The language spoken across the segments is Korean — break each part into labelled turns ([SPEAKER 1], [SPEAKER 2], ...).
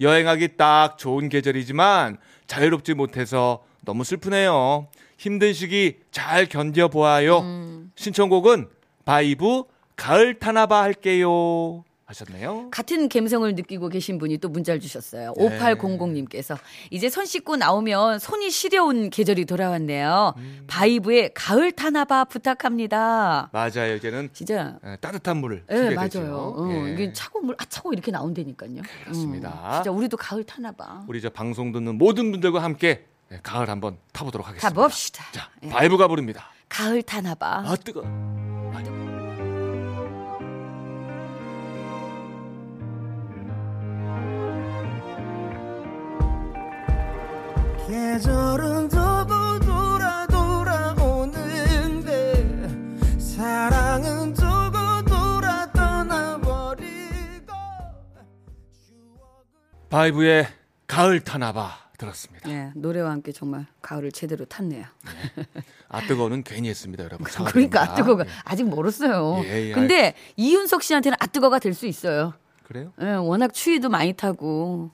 [SPEAKER 1] 여행하기 딱 좋은 계절이지만 자유롭지 못해서 너무 슬프네요. 힘든 시기 잘 견뎌보아요.
[SPEAKER 2] 음.
[SPEAKER 1] 신청곡은 바이브 가을 타나바 할게요. 하셨네요.
[SPEAKER 2] 같은 감성을 느끼고 계신 분이 또 문자를 주셨어요.
[SPEAKER 1] 네.
[SPEAKER 2] 5800님께서 이제 손 씻고 나오면 손이 시려운 계절이 돌아왔네요.
[SPEAKER 1] 음.
[SPEAKER 2] 바이브의 가을 타나바 부탁합니다.
[SPEAKER 1] 맞아요. 이제는
[SPEAKER 2] 진짜.
[SPEAKER 1] 에, 따뜻한 물을
[SPEAKER 2] 예,
[SPEAKER 1] 쓰게
[SPEAKER 2] 맞아요.
[SPEAKER 1] 되죠.
[SPEAKER 2] 어,
[SPEAKER 1] 예. 아.
[SPEAKER 2] 이게 차고 물, 아, 차고 이렇게 나온다니까요.
[SPEAKER 1] 그렇습니다.
[SPEAKER 2] 음, 진짜 우리도 가을 타나봐.
[SPEAKER 1] 우리 저 방송 듣는 모든 분들과 함께 예, 가을 한번 타보도록 하겠습니다.
[SPEAKER 2] 가봅시다.
[SPEAKER 1] 자,
[SPEAKER 2] 예.
[SPEAKER 1] 바이브가 부릅니다.
[SPEAKER 2] 가을 타나봐.
[SPEAKER 1] 아 뜨거.
[SPEAKER 3] 계절은 더도 돌아 돌아오는데 사랑은 두고 돌아 떠나버리고
[SPEAKER 1] 바이브의 가을 타나봐 들었습니다.
[SPEAKER 2] 예, 노래와 함께 정말 가을을 제대로 탔네요.
[SPEAKER 1] 아 뜨거는 괜히 했습니다, 여러분.
[SPEAKER 2] 그러니까
[SPEAKER 1] 사과드립니다.
[SPEAKER 2] 아뜨거가
[SPEAKER 1] 예.
[SPEAKER 2] 아직 멀었어요.
[SPEAKER 1] 예, 예,
[SPEAKER 2] 근데 이윤석 씨한테는 아뜨거가 될 수 있어요.
[SPEAKER 1] 그래요?
[SPEAKER 2] 예, 워낙 추위도 많이 타고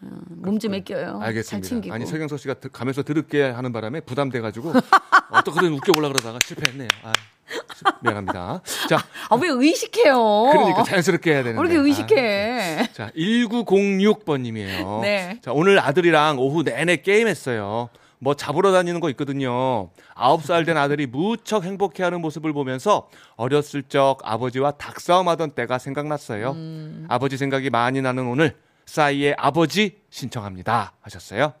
[SPEAKER 2] 어, 몸 좀 아껴요. 어, 잘
[SPEAKER 1] 알겠습니다.
[SPEAKER 2] 챙기고.
[SPEAKER 1] 아니 서경석 씨가 드- 가면서 들을게 하는 바람에 부담돼가지고 어떻게든 웃겨보려 그러다가 실패했네요. 아, 미안합니다. 자,
[SPEAKER 2] 아, 왜 의식해요?
[SPEAKER 1] 그러니까 자연스럽게 해야 되는데.
[SPEAKER 2] 왜 이렇게
[SPEAKER 1] 아.
[SPEAKER 2] 의식해?
[SPEAKER 1] 자, 1906번님이에요.
[SPEAKER 2] 네.
[SPEAKER 1] 자, 오늘 아들이랑 오후 내내 게임했어요. 뭐 잡으러 다니는 거 있거든요. 아홉 살 된 아들이 무척 행복해하는 모습을 보면서 어렸을 적 아버지와 닭싸움하던 때가 생각났어요. 아버지 생각이 많이 나는 오늘 싸이의 아버지 신청합니다. 하셨어요.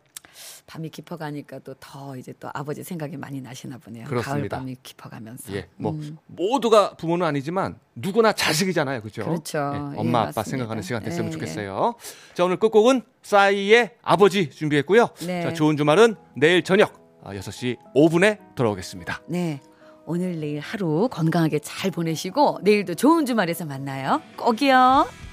[SPEAKER 2] 밤이 깊어가니까 또 더 이제 또 아버지 생각이 많이 나시나 보네요. 가을
[SPEAKER 1] 그렇습니다.
[SPEAKER 2] 밤이 깊어가면서.
[SPEAKER 1] 예, 뭐
[SPEAKER 2] 음.
[SPEAKER 1] 모두가 부모는 아니지만 누구나 자식이잖아요, 그렇죠?
[SPEAKER 2] 그렇죠. 예,
[SPEAKER 1] 엄마 아빠
[SPEAKER 2] 맞습니다.
[SPEAKER 1] 생각하는 시간 됐으면
[SPEAKER 2] 예,
[SPEAKER 1] 좋겠어요. 자, 오늘 끝곡은 싸이의 아버지 준비했고요.
[SPEAKER 2] 네.
[SPEAKER 1] 자, 좋은 주말은 내일 저녁 아, 6시 5분에 돌아오겠습니다.
[SPEAKER 2] 네. 오늘 내일 하루 건강하게 잘 보내시고 내일도 좋은 주말에서 만나요. 꼭이요.